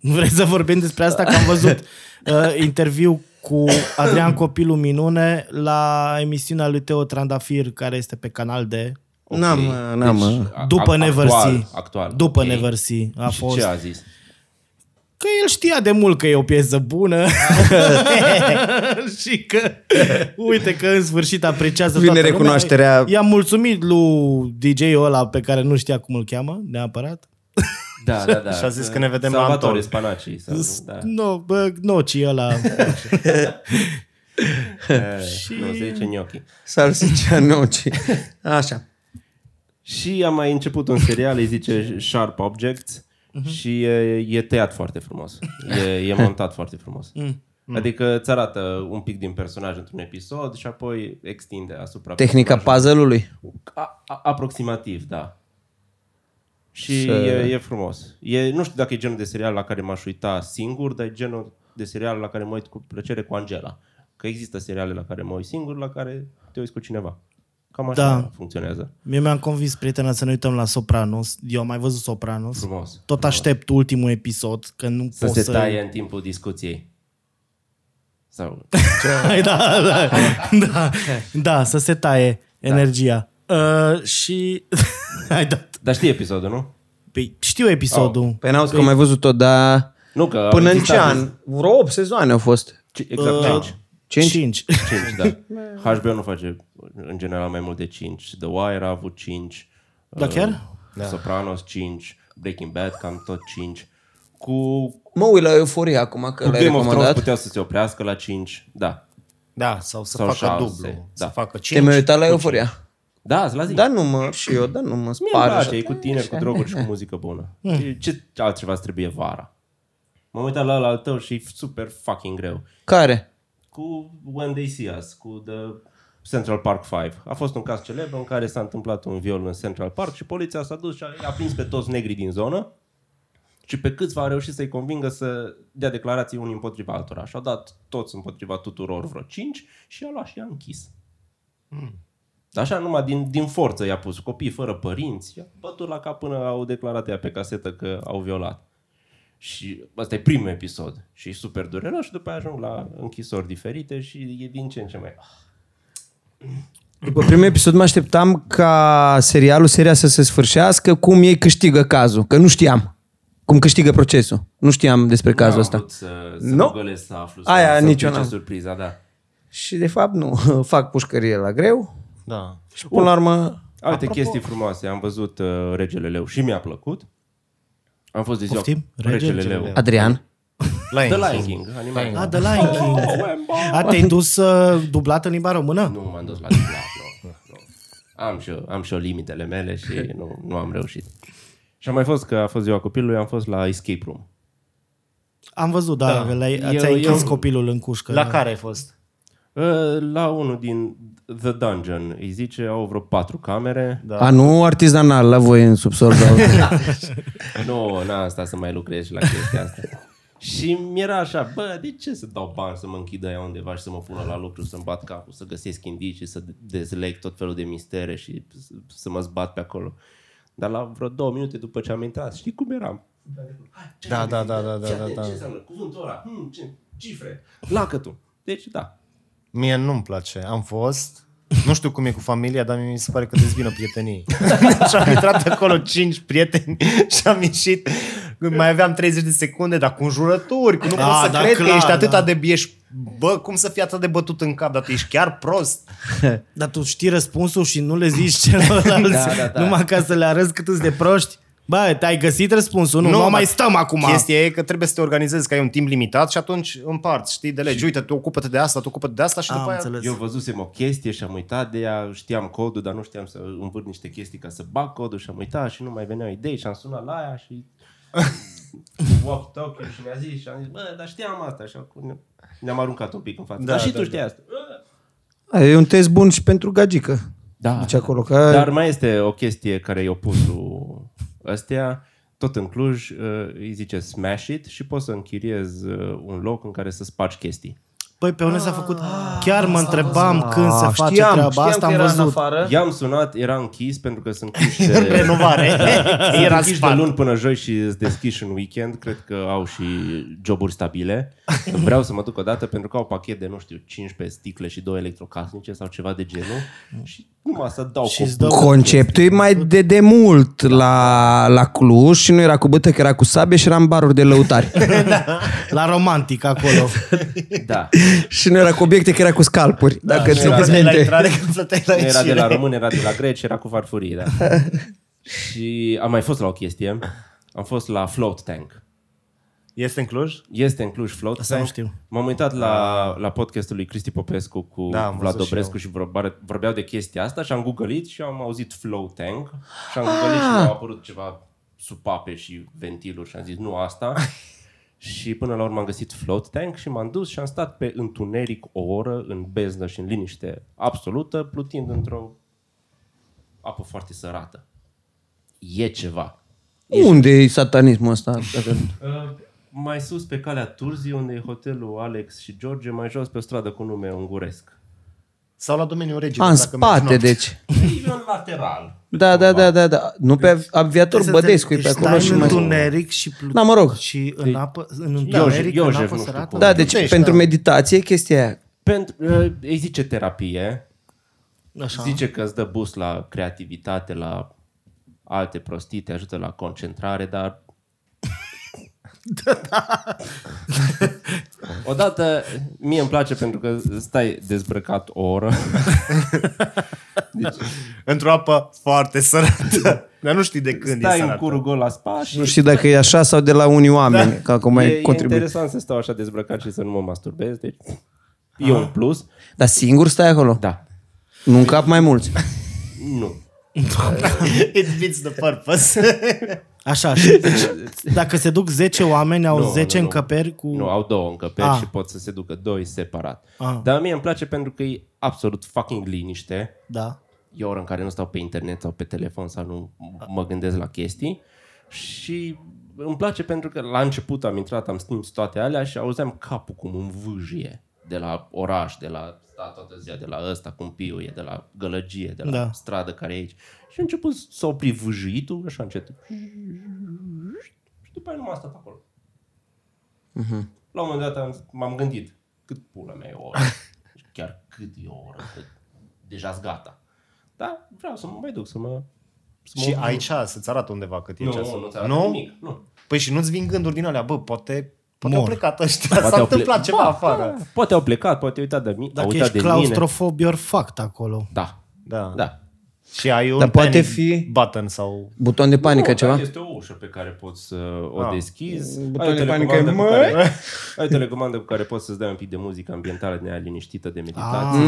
Speaker 4: Nu vrei să vorbim despre asta? Că am
Speaker 1: (laughs)
Speaker 4: văzut uh, interviu cu Adrian Copilul Minune la emisiunea lui Teo Trandafir, care este pe canal de...
Speaker 1: Ok. Deci-
Speaker 3: N-am, uh, n-am, uh,
Speaker 1: a-
Speaker 4: După
Speaker 1: a-
Speaker 4: Never
Speaker 1: actual,
Speaker 4: See.
Speaker 1: Actual.
Speaker 4: După
Speaker 1: ok.
Speaker 4: Never See a
Speaker 1: și
Speaker 4: fost.
Speaker 1: ce a zis?
Speaker 4: Că el știa de mult că e o piesă
Speaker 1: (laughs)
Speaker 4: bună și că, uite că în sfârșit apreciază
Speaker 3: Vine
Speaker 4: toată lumea.
Speaker 3: recunoașterea.
Speaker 4: I-am mulțumit lui DJ-ul ăla pe care nu știa cum îl cheamă neapărat.
Speaker 1: Da, da, da.
Speaker 2: Și a zis că ne vedem la
Speaker 1: Salvatore
Speaker 2: Anton.
Speaker 1: Spanaci. Sau,
Speaker 4: (laughs)
Speaker 1: da.
Speaker 4: No, bă, noci ăla.
Speaker 1: și... Nu, se zice gnocchi.
Speaker 3: Salsicea noci. Așa.
Speaker 1: Și am mai început un serial, îi zice Sharp Objects și e, e tăiat foarte frumos. E, e montat foarte frumos. Adică îți arată un pic din personaj într-un episod și apoi extinde asupra
Speaker 3: Tehnica
Speaker 1: personajului.
Speaker 3: puzzle-ului.
Speaker 1: A, a, aproximativ, da. Și e, e frumos. E, nu știu dacă e genul de serial la care m-aș uita singur, dar e genul de serial la care mă uit cu plăcere cu Angela. Că există seriale la care mă uit singur, la care te uiți cu cineva. Cam așa
Speaker 4: Da.
Speaker 1: funcționează.
Speaker 4: Mie mi-am convins prietena să ne uităm la Sopranos. Eu am mai văzut Sopranos.
Speaker 1: Frumos.
Speaker 4: Tot aștept ultimul episod, că nu
Speaker 1: Să
Speaker 4: pot
Speaker 1: se
Speaker 4: să...
Speaker 1: taie în timpul discuției. Sau...
Speaker 4: da,
Speaker 1: (laughs)
Speaker 4: da, da, da, să se taie energia. Uh, și... (laughs) Ai dat.
Speaker 1: Dar știi episodul, nu?
Speaker 4: Păi, știu episodul.
Speaker 1: Oh.
Speaker 3: Păi Da, n-auzi că am mai văzut-o, dar...
Speaker 1: Nu că...
Speaker 3: Până în ce
Speaker 1: existat-
Speaker 3: an? Uh. Vreo 8 sezoane au fost.
Speaker 1: Ci- Exact, 5. (laughs)
Speaker 3: Cinci?
Speaker 4: 5.
Speaker 1: 5, da. HBO nu face în general mai mult de 5. The Wire a avut 5.
Speaker 4: Da, chiar?
Speaker 1: Da. Sopranos 5. Breaking Bad cam tot 5. Cu, cu
Speaker 3: Mă uit la euforie acum, că
Speaker 1: Game
Speaker 3: l-ai
Speaker 1: of Thrones
Speaker 3: recomandat.
Speaker 1: puteau să se oprească la 5. Da.
Speaker 2: Da, sau să
Speaker 1: Sau
Speaker 2: facă
Speaker 1: șase,
Speaker 2: dublu.
Speaker 1: da.
Speaker 2: Să facă
Speaker 3: Te
Speaker 2: cinci.
Speaker 3: mai uitat la euforia.
Speaker 1: Da, îți la zic.
Speaker 3: Da, nu mă, și eu, da, nu mă
Speaker 1: Mie îmi
Speaker 3: spar.
Speaker 1: place, e cu tineri,
Speaker 3: (laughs)
Speaker 1: cu droguri și cu muzică bună. Ce altceva îți trebuie vara? M-am uitat la ăla al tău și e super fucking greu.
Speaker 3: Care?
Speaker 1: cu When They See Us, cu The Central Park 5. A fost un caz celebru în care s-a întâmplat un viol în Central Park și poliția s-a dus și a, a prins pe toți negrii din zonă și pe câțiva a reușit să-i convingă să dea declarații unii împotriva altora. Și au dat toți împotriva tuturor vreo 5 și i-a luat și i-a închis. Așa numai din, din forță i-a pus copii fără părinți, i-a bătut la cap până au declarat ea pe casetă că au violat. Și ăsta e primul episod și e super dureros și după aia ajung la închisori diferite și e din ce în ce mai...
Speaker 3: După primul episod mă așteptam ca serialul, seria să se sfârșească, cum ei câștigă cazul, că nu știam. Cum câștigă procesul. Nu știam despre cazul
Speaker 1: N-am
Speaker 3: ăsta.
Speaker 1: vrut Să, să
Speaker 3: Nu.
Speaker 1: no. gălesc, să aflu, să,
Speaker 3: Aia,
Speaker 1: să
Speaker 3: nici
Speaker 1: pice
Speaker 3: eu n-am.
Speaker 1: surpriza, da.
Speaker 3: Și de fapt nu, (laughs) fac pușcărie la greu
Speaker 2: Da.
Speaker 3: și până la urmă...
Speaker 1: Alte Apropo... chestii frumoase. Am văzut uh, Regele Leu și mi-a plăcut. Am fost de ziua
Speaker 4: Poftim?
Speaker 1: Regele,
Speaker 4: Regele
Speaker 1: Leu.
Speaker 2: Leu.
Speaker 3: Adrian,
Speaker 1: The
Speaker 2: Lion
Speaker 1: Lion
Speaker 2: King.
Speaker 1: King. animat.
Speaker 4: A, The Lion King. A, te-ai dus uh, dublat în limba română?
Speaker 1: Nu m-am dus la dublat, nu. nu. Am, și eu, am și eu limitele mele și nu, nu am reușit. Și am mai fost, că a fost ziua copilului, am fost la Escape Room.
Speaker 4: Am văzut, da, da. L-ai,
Speaker 1: Eu-
Speaker 4: ți-ai închis
Speaker 1: eu-
Speaker 4: copilul în cușcă.
Speaker 2: La
Speaker 4: da.
Speaker 2: care ai fost?
Speaker 1: Uh, La unul din The Dungeon, îi zice, au vreo patru camere.
Speaker 3: a nu artizanal la voi în subsol. (laughs) dar-
Speaker 1: (laughs) Nu, n-am stat să mai lucrez și la chestia asta. și mi-era așa, bă, de ce să dau bani să mă închidă ea undeva și să mă pună la lucru, să-mi bat capul, să găsesc indicii, să dezleg tot felul de mistere și să- să mă zbat pe acolo. Dar la vreo două minute după ce am intrat, știi cum eram? Hai, ce
Speaker 2: Da,
Speaker 1: am
Speaker 2: da,
Speaker 1: găsit?
Speaker 2: da, da, da,
Speaker 1: Fii
Speaker 2: da,
Speaker 1: atent,
Speaker 2: da.
Speaker 1: Ce înseamnă? Cuvântul ăla? Hmm, ce? Cifre? Lacătul. Deci, da.
Speaker 2: Mie nu-mi place. Am fost. Nu știu cum e cu familia, dar mi se pare (laughs) că dezvină prietenii. și am intrat acolo cinci prieteni și am ieșit Când mai aveam 30 de secunde, dar cu înjurături, cu nu
Speaker 4: Da,
Speaker 2: da, poți să
Speaker 4: da,
Speaker 2: da, cred
Speaker 4: clar,
Speaker 2: că ești
Speaker 4: da.
Speaker 2: atâta de... Ești, bă, cum să fii atât de bătut în cap, dar tu ești chiar prost.
Speaker 4: Dar tu știi răspunsul și nu le zici celorlalți, da, da, da. numai ca să le arăți cât îți de proști? Bă, te-ai găsit răspunsul, nu, nu, nu
Speaker 2: dar
Speaker 4: mai stăm acum.
Speaker 2: Chestia e că trebuie să te organizezi, că ai un timp limitat și atunci împarți, știi, de legi. Uite, tu ocupă-te de asta, tu ocupă-te de asta și
Speaker 4: Am
Speaker 2: după aia... (laughs)
Speaker 4: înțeles.
Speaker 1: Eu văzusem o chestie și am uitat de ea, știam codul, dar nu știam să învârt niște chestii ca să bag codul și am uitat și nu mai veneau idei și am sunat la aia (laughs) și walk talk și mi-a zis și am zis, bă, dar știam asta și acum ne-am aruncat un pic în față. Da, dar și da, tu știai da. asta.
Speaker 3: A, E un test bun și pentru gagică.
Speaker 1: Da.
Speaker 3: Deci acolo, că
Speaker 1: Dar mai este o chestie care e opusul ăstea. Tot în Cluj uh, îi zice smash it și poți să închiriezi uh, un loc în care să spargi chestii.
Speaker 4: Păi pe unde s-a făcut? Chiar mă întrebam când se
Speaker 3: Ah,
Speaker 4: face
Speaker 3: știam,
Speaker 4: treaba
Speaker 3: știam
Speaker 4: asta,
Speaker 3: că
Speaker 4: am
Speaker 3: era în
Speaker 4: văzut.
Speaker 3: afară.
Speaker 1: I-am sunat, era închis pentru că (laughs) sunt închiși de,
Speaker 2: Renovare.
Speaker 4: (laughs)
Speaker 1: sunt
Speaker 2: Era
Speaker 1: închiși de
Speaker 2: spart.
Speaker 1: luni până joi și îți deschiși în weekend. Cred că au și joburi stabile. Vreau să mă duc o dată pentru că au pachet de, nu știu, 15 sticle și două electrocasnice sau ceva de genul. Și numai să dau
Speaker 4: Și
Speaker 1: cu...
Speaker 4: îți dă-
Speaker 3: Conceptul e mai de demult
Speaker 4: Da.
Speaker 3: la, la Cluj și nu era cu bâtă, că era cu sabie și era în baruri de lăutari.
Speaker 4: (laughs) La romantic acolo.
Speaker 1: Da.
Speaker 3: și nu era cu obiecte, că era cu scalpuri, da, dacă
Speaker 2: Nu
Speaker 3: țineți
Speaker 2: plăteai la
Speaker 3: minte.
Speaker 2: intrare, că plăteai la
Speaker 1: Nu era de
Speaker 2: ieșire.
Speaker 1: la român, era de la greci, era cu farfurii, da. și am mai fost la o chestie. Am fost la Float Tank.
Speaker 2: Este în Cluj?
Speaker 1: Este în Cluj Float
Speaker 4: Asta
Speaker 1: Tank.
Speaker 4: nu știu.
Speaker 1: M-am uitat la, la podcastul lui Cristi Popescu cu
Speaker 2: Da,
Speaker 1: da,
Speaker 2: am
Speaker 1: Vlad
Speaker 2: văzut și
Speaker 1: Dobrescu și, și vorbare- vorbeau de chestia asta și am googlit și am auzit Float Tank și am googlit și mi-au apărut ceva supape și ventiluri și am zis nu asta. și până la urmă am găsit Float Tank și m-am dus și am stat pe întuneric o oră în beznă și în liniște absolută, plutind într-o apă foarte sărată. E ceva.
Speaker 3: Unde e satanismul ăsta?
Speaker 1: Uh, mai sus pe calea Turzii, unde e hotelul Alex și George, mai jos pe o stradă cu nume unguresc.
Speaker 2: Sau la domeniul regiei.
Speaker 3: A, în
Speaker 2: dacă mergi
Speaker 3: spate,
Speaker 2: noapte.
Speaker 3: deci.
Speaker 1: E un lateral.
Speaker 3: Da, da, da, da, da. Nu pe aviator Bădescu, e pe
Speaker 4: Deci
Speaker 3: acolo
Speaker 4: stai
Speaker 3: și
Speaker 4: în
Speaker 3: mai...
Speaker 4: întuneric și plut...
Speaker 3: Da, mă rog.
Speaker 4: Și în apă, în
Speaker 1: Iojef,
Speaker 4: întuneric, în
Speaker 1: Iojef,
Speaker 4: apă
Speaker 1: nu știu
Speaker 4: sărată.
Speaker 1: cum.
Speaker 3: Da, deci
Speaker 2: Plutești,
Speaker 3: pentru
Speaker 2: da.
Speaker 3: meditație e chestia aia.
Speaker 1: Pentru, uh, îi zice terapie, (laughs)
Speaker 4: Așa.
Speaker 1: zice că îți dă boost la creativitate, la alte prostii, te ajută la concentrare, dar...
Speaker 3: Da,
Speaker 1: (laughs) Odată, mie îmi place pentru că stai dezbrăcat o oră.
Speaker 2: Într-o apă foarte
Speaker 4: (laughs)
Speaker 2: sărată. Dar nu știi de când e
Speaker 1: Stai în
Speaker 2: sărată.
Speaker 1: curul gol la spa și
Speaker 3: Nu știu dacă e așa sau de la unii oameni, da. că acum
Speaker 1: e,
Speaker 3: e
Speaker 1: e
Speaker 3: contribuie.
Speaker 1: interesant să stau așa dezbrăcat și să nu mă masturbez, deci e
Speaker 4: Ah.
Speaker 1: un plus.
Speaker 3: Dar singur stai acolo?
Speaker 1: Da.
Speaker 3: Nu în cap mai mulți.
Speaker 1: Nu.
Speaker 4: (laughs)
Speaker 2: It fits the purpose.
Speaker 4: Așa, și deci, dacă se duc 10 oameni, au
Speaker 1: Nu,
Speaker 4: 10
Speaker 1: nu, nu.
Speaker 4: încăperi cu...
Speaker 1: Nu, au două încăperi
Speaker 4: Ah.
Speaker 1: și pot să se ducă doi separat.
Speaker 4: Ah.
Speaker 1: Dar mie îmi place pentru că e absolut fucking liniște.
Speaker 4: Da.
Speaker 1: E o oră în care nu stau pe internet sau pe telefon sau nu mă gândesc la chestii. Și îmi place pentru că la început am intrat, am stins toate alea și auzeam capul cum îmi vâjie de la oraș, de la sta toată ziua, de la ăsta cum piuie, de la gălăgie, de la
Speaker 4: Da.
Speaker 1: da. stradă care e aici. Și a început să opri vâjuitul, așa încet. Și după aia nu m-a stat acolo. La un moment dat am, m-am gândit, cât pula mea e o oră? Chiar cât e o oră? Cât? Deja-s gata. Da, vreau să mă mai duc, să mă... Să
Speaker 2: și
Speaker 1: mă...
Speaker 2: ai ceas, să-ți arată undeva cât e
Speaker 1: Nu,
Speaker 2: ceasul.
Speaker 1: nu, nu, ți-arată nimic. Nu.
Speaker 2: Păi și nu-ți vin gânduri din alea, bă, poate, poate au
Speaker 4: Mor.
Speaker 2: plecat ăștia, s-a
Speaker 1: au ple-
Speaker 2: întâmplat ceva
Speaker 1: Ba,
Speaker 2: afară.
Speaker 1: da, Poate au plecat, poate au uitat de mine. au
Speaker 4: Dacă
Speaker 1: uitat
Speaker 4: ești
Speaker 1: de mine.
Speaker 4: claustrofob, you're fucked acolo.
Speaker 1: Da,
Speaker 2: Da.
Speaker 1: da.
Speaker 2: Și ai un
Speaker 3: Dar poate
Speaker 2: panic
Speaker 3: fi-
Speaker 2: button sau...
Speaker 3: Buton de panică
Speaker 1: Nu,
Speaker 3: ceva?
Speaker 2: da.
Speaker 1: dar Este o ușă pe care poți să o
Speaker 2: Ah.
Speaker 1: deschizi.
Speaker 3: Butonul
Speaker 1: Ai o,
Speaker 3: de panică
Speaker 1: telecomandă
Speaker 3: e,
Speaker 1: cu
Speaker 3: "Măi!"
Speaker 1: care, ai o telecomandă cu care poți să-ți dai un pic de muzică ambientală din aia liniștită de meditație.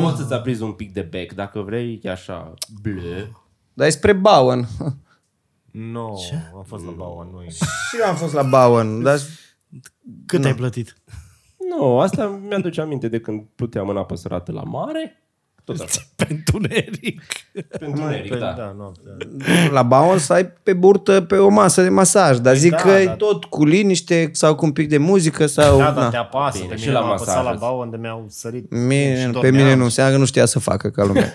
Speaker 1: Poți să-ți aprizi un pic de bec dacă vrei, e așa blă.
Speaker 3: Dar e spre Bowen.
Speaker 2: Nu, no, am fost la Baua, nu
Speaker 3: Și eu am fost la Bowen, dar
Speaker 4: Cât ai plătit?
Speaker 1: Nu, asta mi-aduce aminte de când pluteam în apă sărată la mare. Tot așa,
Speaker 4: Pentru neric.
Speaker 1: pentru Eric, da.
Speaker 2: Da, nu. da.
Speaker 3: la Bowen să ai pe burtă, pe o masă de masaj. Dar zic
Speaker 2: da,
Speaker 3: că e
Speaker 2: da.
Speaker 3: tot cu liniște sau cu un pic de muzică sau...
Speaker 2: Da, dar
Speaker 3: na.
Speaker 2: te apasă,
Speaker 1: Bine,
Speaker 2: pe
Speaker 1: și
Speaker 2: mine
Speaker 1: la
Speaker 2: m-a apăsat
Speaker 1: masaj
Speaker 2: la
Speaker 1: azi.
Speaker 2: Baua unde mi-au sărit.
Speaker 3: Mie,
Speaker 2: și
Speaker 3: pe
Speaker 2: dormeam.
Speaker 3: mine nu înseamnă că nu știa să facă ca
Speaker 2: (laughs)
Speaker 3: lumea.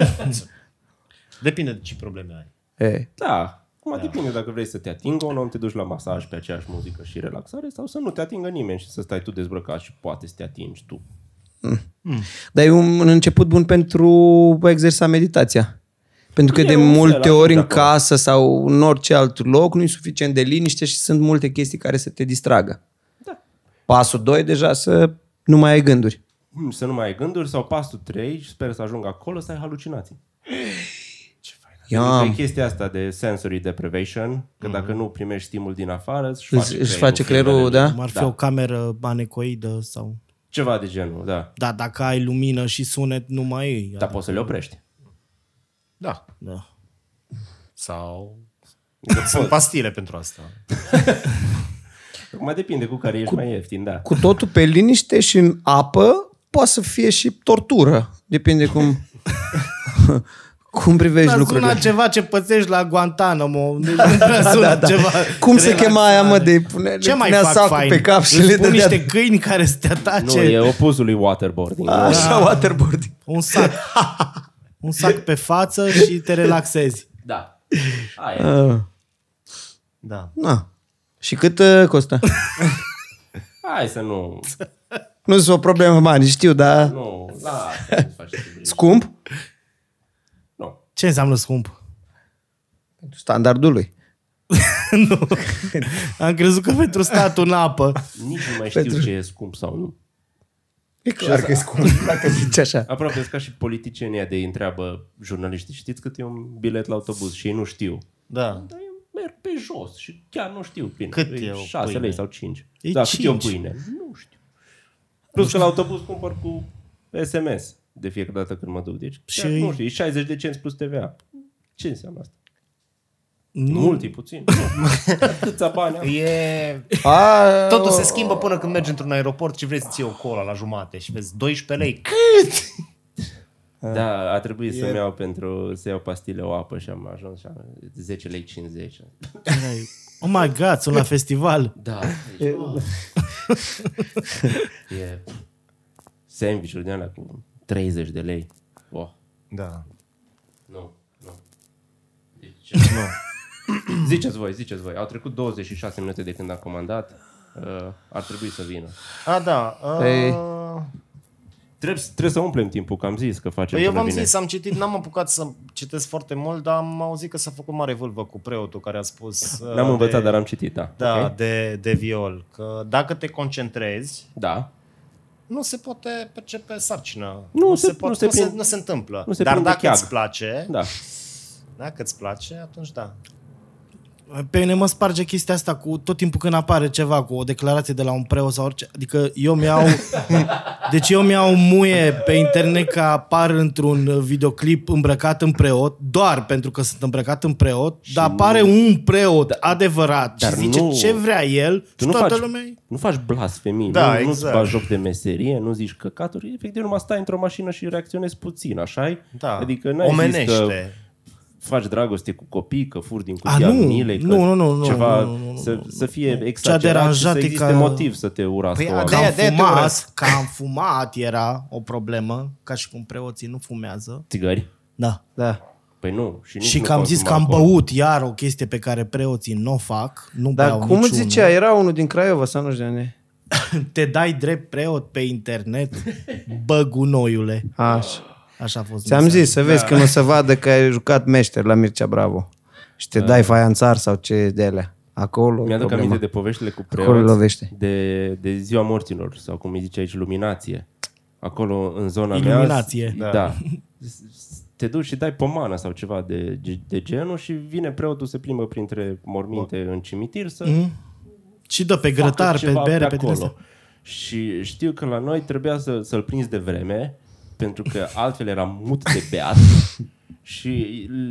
Speaker 2: Depinde de ce probleme ai.
Speaker 3: e.
Speaker 1: Da. Acum da. depinde dacă vrei să te atingă un om, te duci la masaj pe aceeași muzică și relaxare sau să nu te atingă nimeni și să stai tu dezbrăcat și poate să te atingi tu.
Speaker 3: Dar e un, un început bun pentru a exersa meditația. Pentru că
Speaker 1: E
Speaker 3: de
Speaker 1: un fel,
Speaker 3: multe
Speaker 1: ajungi
Speaker 3: ori în
Speaker 1: acolo.
Speaker 3: casă sau în orice alt loc nu e suficient de liniște și sunt multe chestii care să te distragă.
Speaker 1: Da.
Speaker 3: Pasul 2 deja să nu mai ai gânduri.
Speaker 1: Hmm, Să nu mai ai gânduri sau pasul 3 și sper să ajung acolo să ai halucinații. Pentru că
Speaker 3: Ia,
Speaker 1: e chestia asta de sensory deprivation, că dacă nu primești stimul din afară, își face,
Speaker 3: îți, își face creierul,
Speaker 1: filmele.
Speaker 3: da?
Speaker 4: Cum ar fi
Speaker 1: Da.
Speaker 4: o cameră anecoidă sau...
Speaker 1: Ceva de genul, da.
Speaker 4: Da, dacă ai lumină și sunet, nu mai e.
Speaker 1: Dar poți să le oprești.
Speaker 2: Da.
Speaker 4: Da.
Speaker 2: Sau... Sunt pastile pentru asta.
Speaker 1: Mai depinde cu care ești mai ieftin, da.
Speaker 3: Cu totul pe liniște și în apă poate să fie și tortură. Depinde cum... (laughs) cum privești
Speaker 4: Dar
Speaker 3: Deci lucrurile.
Speaker 4: sună ceva ce pățești la Guantanamo. Deci nu prea sună da, da. ceva
Speaker 3: Cum se
Speaker 4: relaxant.
Speaker 3: chema aia, mă, de pune,
Speaker 4: Ce
Speaker 3: le
Speaker 4: mai
Speaker 3: punea
Speaker 4: fac
Speaker 3: sacul
Speaker 4: fain?
Speaker 3: pe cap și
Speaker 4: Îți
Speaker 3: le
Speaker 4: pun
Speaker 3: dădea...
Speaker 4: niște câini care să te
Speaker 1: Nu,
Speaker 4: atace.
Speaker 1: e opusul lui waterboarding. Da.
Speaker 3: Așa, waterboarding.
Speaker 4: Un sac. un sac pe față și te relaxezi.
Speaker 1: da. Aia. e.
Speaker 3: Ah,
Speaker 2: Da.
Speaker 3: na. Și cât uh, (laughs) costă?
Speaker 1: Hai să nu...
Speaker 3: nu sunt o problemă mare, știu, dar
Speaker 1: Nu, la... să
Speaker 3: (laughs)
Speaker 1: faci ce vrei.
Speaker 3: scump?
Speaker 1: Nu.
Speaker 4: Ce înseamnă scump?
Speaker 3: Standardul lui.
Speaker 4: nu. Am crezut că pentru statul în apă.
Speaker 1: Nici nu mai știu ce e scump sau nu.
Speaker 3: E clar că e scump, (laughs) dacă zici așa.
Speaker 1: Aproape sunt ca și politicienii de întreabă jurnaliștii, știți cât e un bilet la autobuz și ei nu știu.
Speaker 2: Da.
Speaker 1: Dar eu merg pe jos și chiar nu știu bine.
Speaker 2: Cât e o
Speaker 1: 6
Speaker 2: pâine?
Speaker 1: lei sau 5.
Speaker 4: E
Speaker 1: da, cât e o
Speaker 4: cinci.
Speaker 1: pâine? Nu știu. Plus că la autobuz cumpăr cu SMS de fiecare dată când mă duc. Deci
Speaker 4: Și-
Speaker 1: chiar nu știu, e 60 de cenți plus TVA. Ce înseamnă asta?
Speaker 4: Nu.
Speaker 1: Mult, e puțin. Nu. Atâția bani am.
Speaker 2: E...
Speaker 3: A,
Speaker 2: Totul se schimbă până când mergi într-un aeroport și vrei să-ți iei o cola la jumate și vezi 12 lei. Cât? Ah,
Speaker 1: Da, a trebuit să-mi iau pentru să iau pastile o apă și am ajuns și am 10 lei 50.
Speaker 4: Erai, Oh my god, sunt la festival.
Speaker 1: Da. E... (laughs) e... Sandwich-uri din alea cu 30 de lei. Oh,
Speaker 2: Da.
Speaker 1: nu, nu. Deci, nu. ziceți voi, ziceți voi. Au trecut 26 minute de când am comandat. Uh, ar trebui să vină.
Speaker 2: A, da. A...
Speaker 3: Ei.
Speaker 1: Trebuie, trebuie să umplem timpul, că am zis că facem
Speaker 2: Păi eu
Speaker 1: până
Speaker 2: v-am
Speaker 1: vine.
Speaker 2: zis, am citit, n-am apucat să citesc foarte mult, dar am auzit că s-a făcut mare vâlvă cu preotul care a spus... uh,
Speaker 1: N-am învățat,
Speaker 2: de,
Speaker 1: dar am citit, da.
Speaker 2: Da,
Speaker 1: Ok?
Speaker 2: okay. de, de viol. Că dacă te concentrezi,
Speaker 1: da.
Speaker 2: nu se poate percepe sarcina.
Speaker 1: Nu se- nu se
Speaker 2: nu, se,
Speaker 1: prind-
Speaker 2: nu se întâmplă.
Speaker 1: nu se
Speaker 2: dar
Speaker 1: prinde
Speaker 2: dacă
Speaker 1: cheag.
Speaker 2: îți place,
Speaker 1: Da.
Speaker 2: dacă îți place, atunci da.
Speaker 4: Pe mine mă sparge chestia asta cu tot timpul când apare ceva, cu o declarație de la un preot sau orice. Adică eu mi-au...
Speaker 1: (laughs)
Speaker 4: Deci eu mi-au muie pe internet că apar într-un videoclip îmbrăcat în preot, doar pentru că sunt îmbrăcat în preot, dar apare un preot adevărat
Speaker 1: Dar
Speaker 4: și zice
Speaker 1: nu-
Speaker 4: ce vrea el
Speaker 1: Tu
Speaker 4: și
Speaker 1: nu
Speaker 4: toată
Speaker 1: faci,
Speaker 4: lumea... e-
Speaker 1: nu faci blasfemii,
Speaker 2: Da,
Speaker 1: nu,
Speaker 2: exact.
Speaker 1: nu-ți bagi joc de meserie, nu zici căcaturi, efectiv numai stai într-o mașină și reacționezi puțin, așa -i?
Speaker 2: da.
Speaker 1: Adică n-ai
Speaker 2: Omenește.
Speaker 1: zis că faci dragoste cu copii, că furi din
Speaker 4: A,
Speaker 1: cutia
Speaker 4: nu.
Speaker 1: Milei, că
Speaker 4: Nu, nu, nu, nu,
Speaker 1: ceva
Speaker 4: nu, nu, nu,
Speaker 1: să,
Speaker 4: nu.
Speaker 1: să fie exagerat și
Speaker 4: deranjat
Speaker 1: să
Speaker 4: e
Speaker 1: existe
Speaker 4: că-
Speaker 1: motiv să te urască
Speaker 2: Păi,
Speaker 1: oamenii.
Speaker 4: Că
Speaker 2: de-aia-
Speaker 4: am
Speaker 2: de-aia te
Speaker 4: fumat,
Speaker 2: urăsc.
Speaker 4: că am fumat era o problemă, ca și cum preoții nu fumează.
Speaker 1: țigări.
Speaker 4: Da.
Speaker 3: Da.
Speaker 1: Păi nu. Și, nici
Speaker 4: Și
Speaker 1: nu
Speaker 4: că am zis că
Speaker 1: consum
Speaker 4: am
Speaker 1: alcool.
Speaker 4: băut iar o chestie pe care preoții nu o fac, nu
Speaker 3: Dar
Speaker 4: beau
Speaker 3: cum îți
Speaker 4: niciunul.
Speaker 3: zicea? Era unul din Craiova sau nu știu de unde.
Speaker 4: (laughs) Te dai drept preot pe internet, bă gunoiule.
Speaker 3: Așa.
Speaker 4: Așa a fost.
Speaker 3: Ți-am
Speaker 4: mesajul.
Speaker 3: zis, să vezi când o să vadă că ai jucat meșter la Mircea Bravo și te dai faianțar sau ce de alea. Acolo e
Speaker 1: Mi-aduc aminte
Speaker 3: problema.
Speaker 1: de poveștile cu
Speaker 3: Acolo
Speaker 1: preoți
Speaker 3: lovește.
Speaker 1: de, de ziua morților, sau cum îi zice aici, luminație. Acolo, în zona
Speaker 4: Iluminație.
Speaker 1: mea... Da. S- s- Te duci și dai pomană sau ceva de, de genul și vine preotul, se plimbă printre morminte în cimitir să mm
Speaker 4: Și dă pe
Speaker 1: facă
Speaker 4: grătar, pe
Speaker 1: ceva
Speaker 4: bere, pe din
Speaker 1: acolo.
Speaker 4: astea.
Speaker 1: Și știu că la noi trebuia să, să-l prinzi de vreme, pentru că altfel era mut de beat
Speaker 4: (laughs)
Speaker 1: și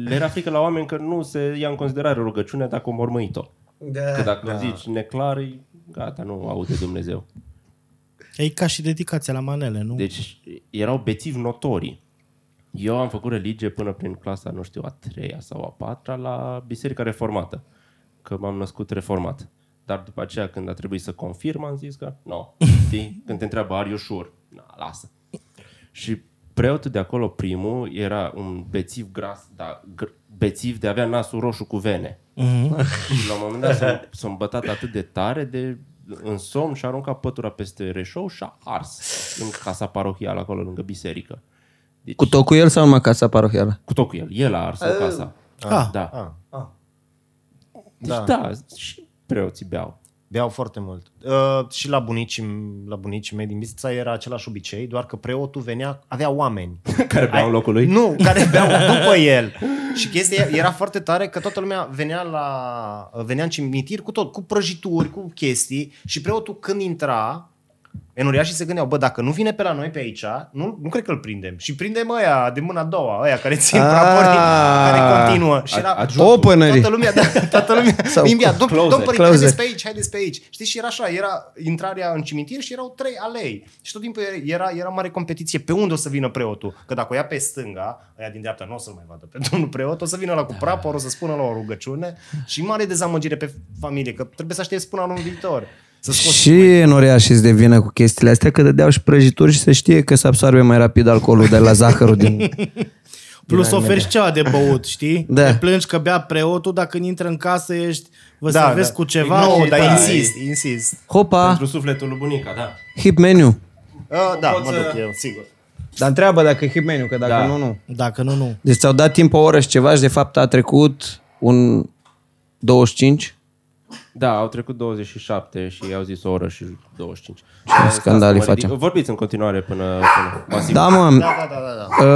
Speaker 1: le era frică la oameni că nu se ia în considerare rugăciunea dacă o mormăit-o. Că dacă da. zici neclar, e gata, nu aude Dumnezeu.
Speaker 4: E ca și dedicația la manele, nu?
Speaker 1: Deci erau bețivi notori. Eu am făcut religie până prin clasa, nu știu, a treia sau a patra la Biserica Reformată. Că m-am născut reformat. Dar după aceea, când a trebuit să confirm, am zis că nu. (laughs) Știi? Când te întreabă, are you sure? Na, lasă. Și preotul de acolo, primul, era un bețiv gras, dar gr- bețiv de avea nasul roșu cu vene. Și la un moment dat s-a, s-a îmbătat atât de tare de în somn și a aruncat pătura peste reșou și a ars în casa parohială acolo lângă biserică. Deci,
Speaker 3: Cu tot cu el sau numai casa parohială?
Speaker 1: cu tot cu el. El a ars uh, casa.
Speaker 4: Ah,
Speaker 1: da.
Speaker 2: Ah,
Speaker 1: Deci da. da, și preoții beau.
Speaker 2: beau foarte mult. Uh, și la bunicii, la bunicii mei din Bistrița era același obicei, doar că preotul venea, avea
Speaker 1: (laughs)
Speaker 2: oameni.
Speaker 1: Care beau în locul lui?
Speaker 2: Nu,
Speaker 1: (laughs)
Speaker 2: care beau după el. Și chestia era foarte tare că toată lumea venea, la, venea în cimitir cu tot, cu prăjituri, cu chestii și preotul când intra, enuriașii se gândeau, bă, dacă nu vine pe la noi pe aici, nu, nu cred că îl prindem. Și prindem aia de mâna a doua, aia care țin
Speaker 3: Ah.
Speaker 2: praporii, care continuă. Și era,
Speaker 3: Openerii.
Speaker 2: Toată lumea, da, toată
Speaker 1: (laughs)
Speaker 2: lumea
Speaker 3: Sau
Speaker 2: limbia, dom,
Speaker 1: closer,
Speaker 2: dom, părinte,
Speaker 3: closer.
Speaker 2: haideți pe aici, haideți pe aici. Știi, și era așa, era intrarea în cimitir și erau trei alei. Și tot timpul era, era mare competiție pe unde o să vină preotul. Că dacă o ia pe stânga, aia din dreapta nu o să mai vadă pe domnul preot, o să vină la
Speaker 4: Da.
Speaker 2: cu prapor, o să spună la o rugăciune și mare dezamăgire pe familie, că trebuie să aștepți până anul viitor. Să scoți
Speaker 3: Și în oraș de vină cu chestiile astea, că dădeau și prăjituri și se știe că se absorbe mai rapid alcoolul de la zahărul (laughs) din...
Speaker 4: Plus oferi și ceva de băut, știi?
Speaker 3: Da.
Speaker 4: Te plângi că bea preotul, dacă intră în casă ești, vă da,
Speaker 2: Da,
Speaker 4: servesc
Speaker 2: da.
Speaker 4: cu ceva.
Speaker 2: Nu,
Speaker 4: și-
Speaker 2: dar
Speaker 4: da.
Speaker 2: insist, insist.
Speaker 3: Hopa,
Speaker 1: Pentru sufletul lui bunica, da.
Speaker 3: hip meniu.
Speaker 2: Uh, da,
Speaker 1: Poți
Speaker 2: mă
Speaker 1: să-
Speaker 2: duc eu, sigur.
Speaker 3: Dar întreabă dacă e hip meniu, că dacă
Speaker 1: Da.
Speaker 3: nu, nu.
Speaker 4: Dacă nu, nu.
Speaker 3: Deci ți-au dat timp o oră și ceva și de fapt a trecut un 25?
Speaker 1: Da, au trecut 27 și au zis o oră și 25.
Speaker 3: scandalii
Speaker 1: Stați, mă ridic.
Speaker 3: facem.
Speaker 1: Vorbiți în continuare până... până mă simt-
Speaker 3: Da,
Speaker 2: Da,
Speaker 3: mă.
Speaker 2: da, da, da. da.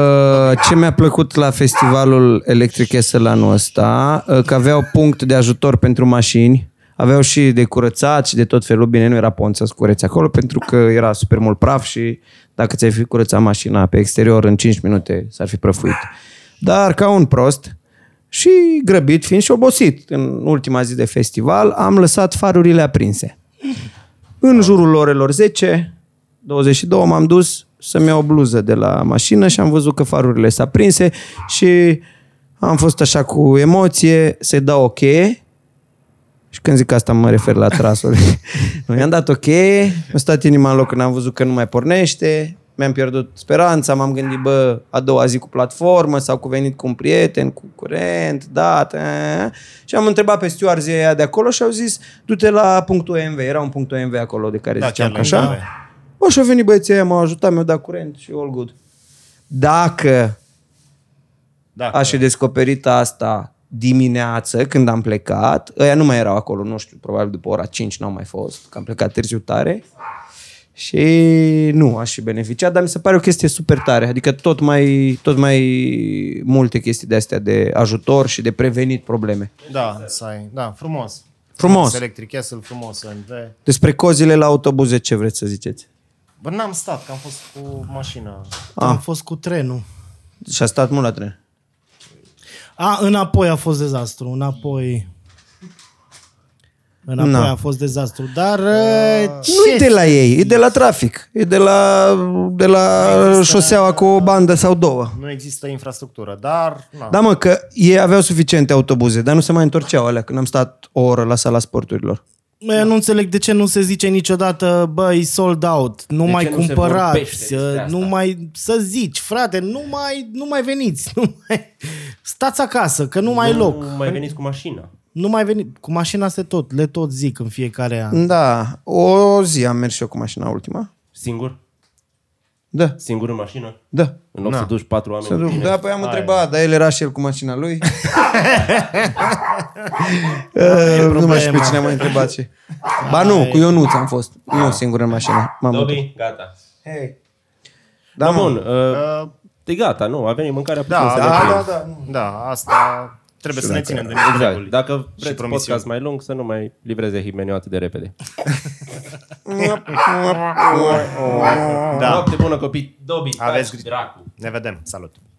Speaker 3: Uh, ce mi-a plăcut la festivalul Electric Castle anul ăsta, uh, că aveau punct de ajutor pentru mașini, aveau și de curățat și de tot felul. Bine, nu era ponță să cureți acolo pentru că era super mult praf și dacă ți-ai fi curățat mașina pe exterior în 5 minute s-ar fi prăfuit. Dar ca un prost și grăbit fiind și obosit în ultima zi de festival, am lăsat farurile aprinse. În jurul orelor 10, 22 m-am dus să-mi iau o bluză de la mașină și am văzut că farurile s-a prinse și am fost așa cu emoție, să-i dau o cheie și când zic asta mă refer la trasuri.
Speaker 2: (laughs)
Speaker 3: Nu, I-am dat o cheie, mi-a stat inima în loc când am văzut că nu mai pornește, mi-am pierdut speranța, m-am gândit, bă, a doua zi cu platformă sau cu venit cu un prieten, cu curent, dată. Și am întrebat pe stewardii aia de acolo și au zis, du-te la punctul MV. Era un punct OMV acolo de care
Speaker 2: Da,
Speaker 3: ziceam
Speaker 2: chiar
Speaker 3: că
Speaker 2: la
Speaker 3: așa.
Speaker 2: MV.
Speaker 3: Bă, și-au venit băieții aia, m-au ajutat, mi-au dat curent și all good. Dacă
Speaker 2: da.
Speaker 3: Aș fi descoperit asta dimineață când am plecat. Ăia nu mai erau acolo, nu știu, probabil după ora 5 n-au mai fost, că am plecat târziu tare. Și nu, aș fi beneficiat, dar mi se pare o chestie super tare. Adică tot mai, tot mai multe chestii de astea de ajutor și de prevenit probleme.
Speaker 2: Da, să ai, da, frumos.
Speaker 3: Frumos.
Speaker 2: Electric Castle, frumos, MV.
Speaker 3: Despre cozile la autobuze, ce vreți să ziceți?
Speaker 2: Bă, n-am stat, că am fost cu mașina.
Speaker 4: Am fost cu trenul.
Speaker 3: Și a stat mult la tren.
Speaker 4: A, înapoi a fost dezastru, înapoi... Înapoi
Speaker 3: Na.
Speaker 4: a fost dezastru, dar... uh,
Speaker 3: Nu e de la ei, e de la trafic. E de la, de la șoseaua cu o bandă sau două.
Speaker 2: Nu există infrastructură, dar... Na.
Speaker 3: Da, mă, că ei aveau suficiente autobuze, dar nu se mai întorceau alea când am stat o oră la sala sporturilor.
Speaker 1: Da.
Speaker 4: Mă, nu înțeleg de ce nu se zice niciodată, bă, e sold out, nu
Speaker 1: De
Speaker 4: mai
Speaker 1: ce nu se
Speaker 4: cumpărați, uh,
Speaker 1: vorbește despre
Speaker 4: nu
Speaker 1: asta?
Speaker 4: mai, să zici, frate, nu mai, nu mai veniți, (laughs) nu mai, stați acasă, că nu mai
Speaker 1: Da.
Speaker 4: e loc.
Speaker 1: Nu mai veniți cu mașina.
Speaker 4: Nu mai veni, cu mașina se tot, le tot zic în fiecare an.
Speaker 3: Da, o zi am mers și eu cu mașina ultima.
Speaker 1: Singur?
Speaker 3: Da,
Speaker 1: Singur în mașină?
Speaker 3: da.
Speaker 1: În loc Na. să duci patru oameni
Speaker 3: Să
Speaker 1: cu
Speaker 3: duc.
Speaker 1: tine.
Speaker 3: Da, păi am întrebat, dar el era și el cu mașina (laughs) lui. Eh, nu mai știu pe cine am mai întrebat și. Ba nu, cu Ionuț am fost. Nu singur în mașină. M-am bătut.
Speaker 1: Dobi, gata.
Speaker 3: Da, mă.
Speaker 1: Bun, uh, e gata, nu, a venit mâncarea puțin
Speaker 2: da,
Speaker 1: să
Speaker 2: da,
Speaker 1: ne
Speaker 2: da,
Speaker 1: oprim.
Speaker 2: da, da, asta trebuie să ne ținem de niște
Speaker 1: Exact.
Speaker 2: reguli.
Speaker 1: Dacă vreți
Speaker 2: promisiuni.
Speaker 1: podcast mai lung, să nu mai livreze Himeniu atât de repede.
Speaker 2: Da.
Speaker 1: Noapte bună, copii! Dobi,
Speaker 2: Aveți
Speaker 1: taci,
Speaker 2: Da. grijă.
Speaker 1: dracu!
Speaker 2: Ne vedem, salut!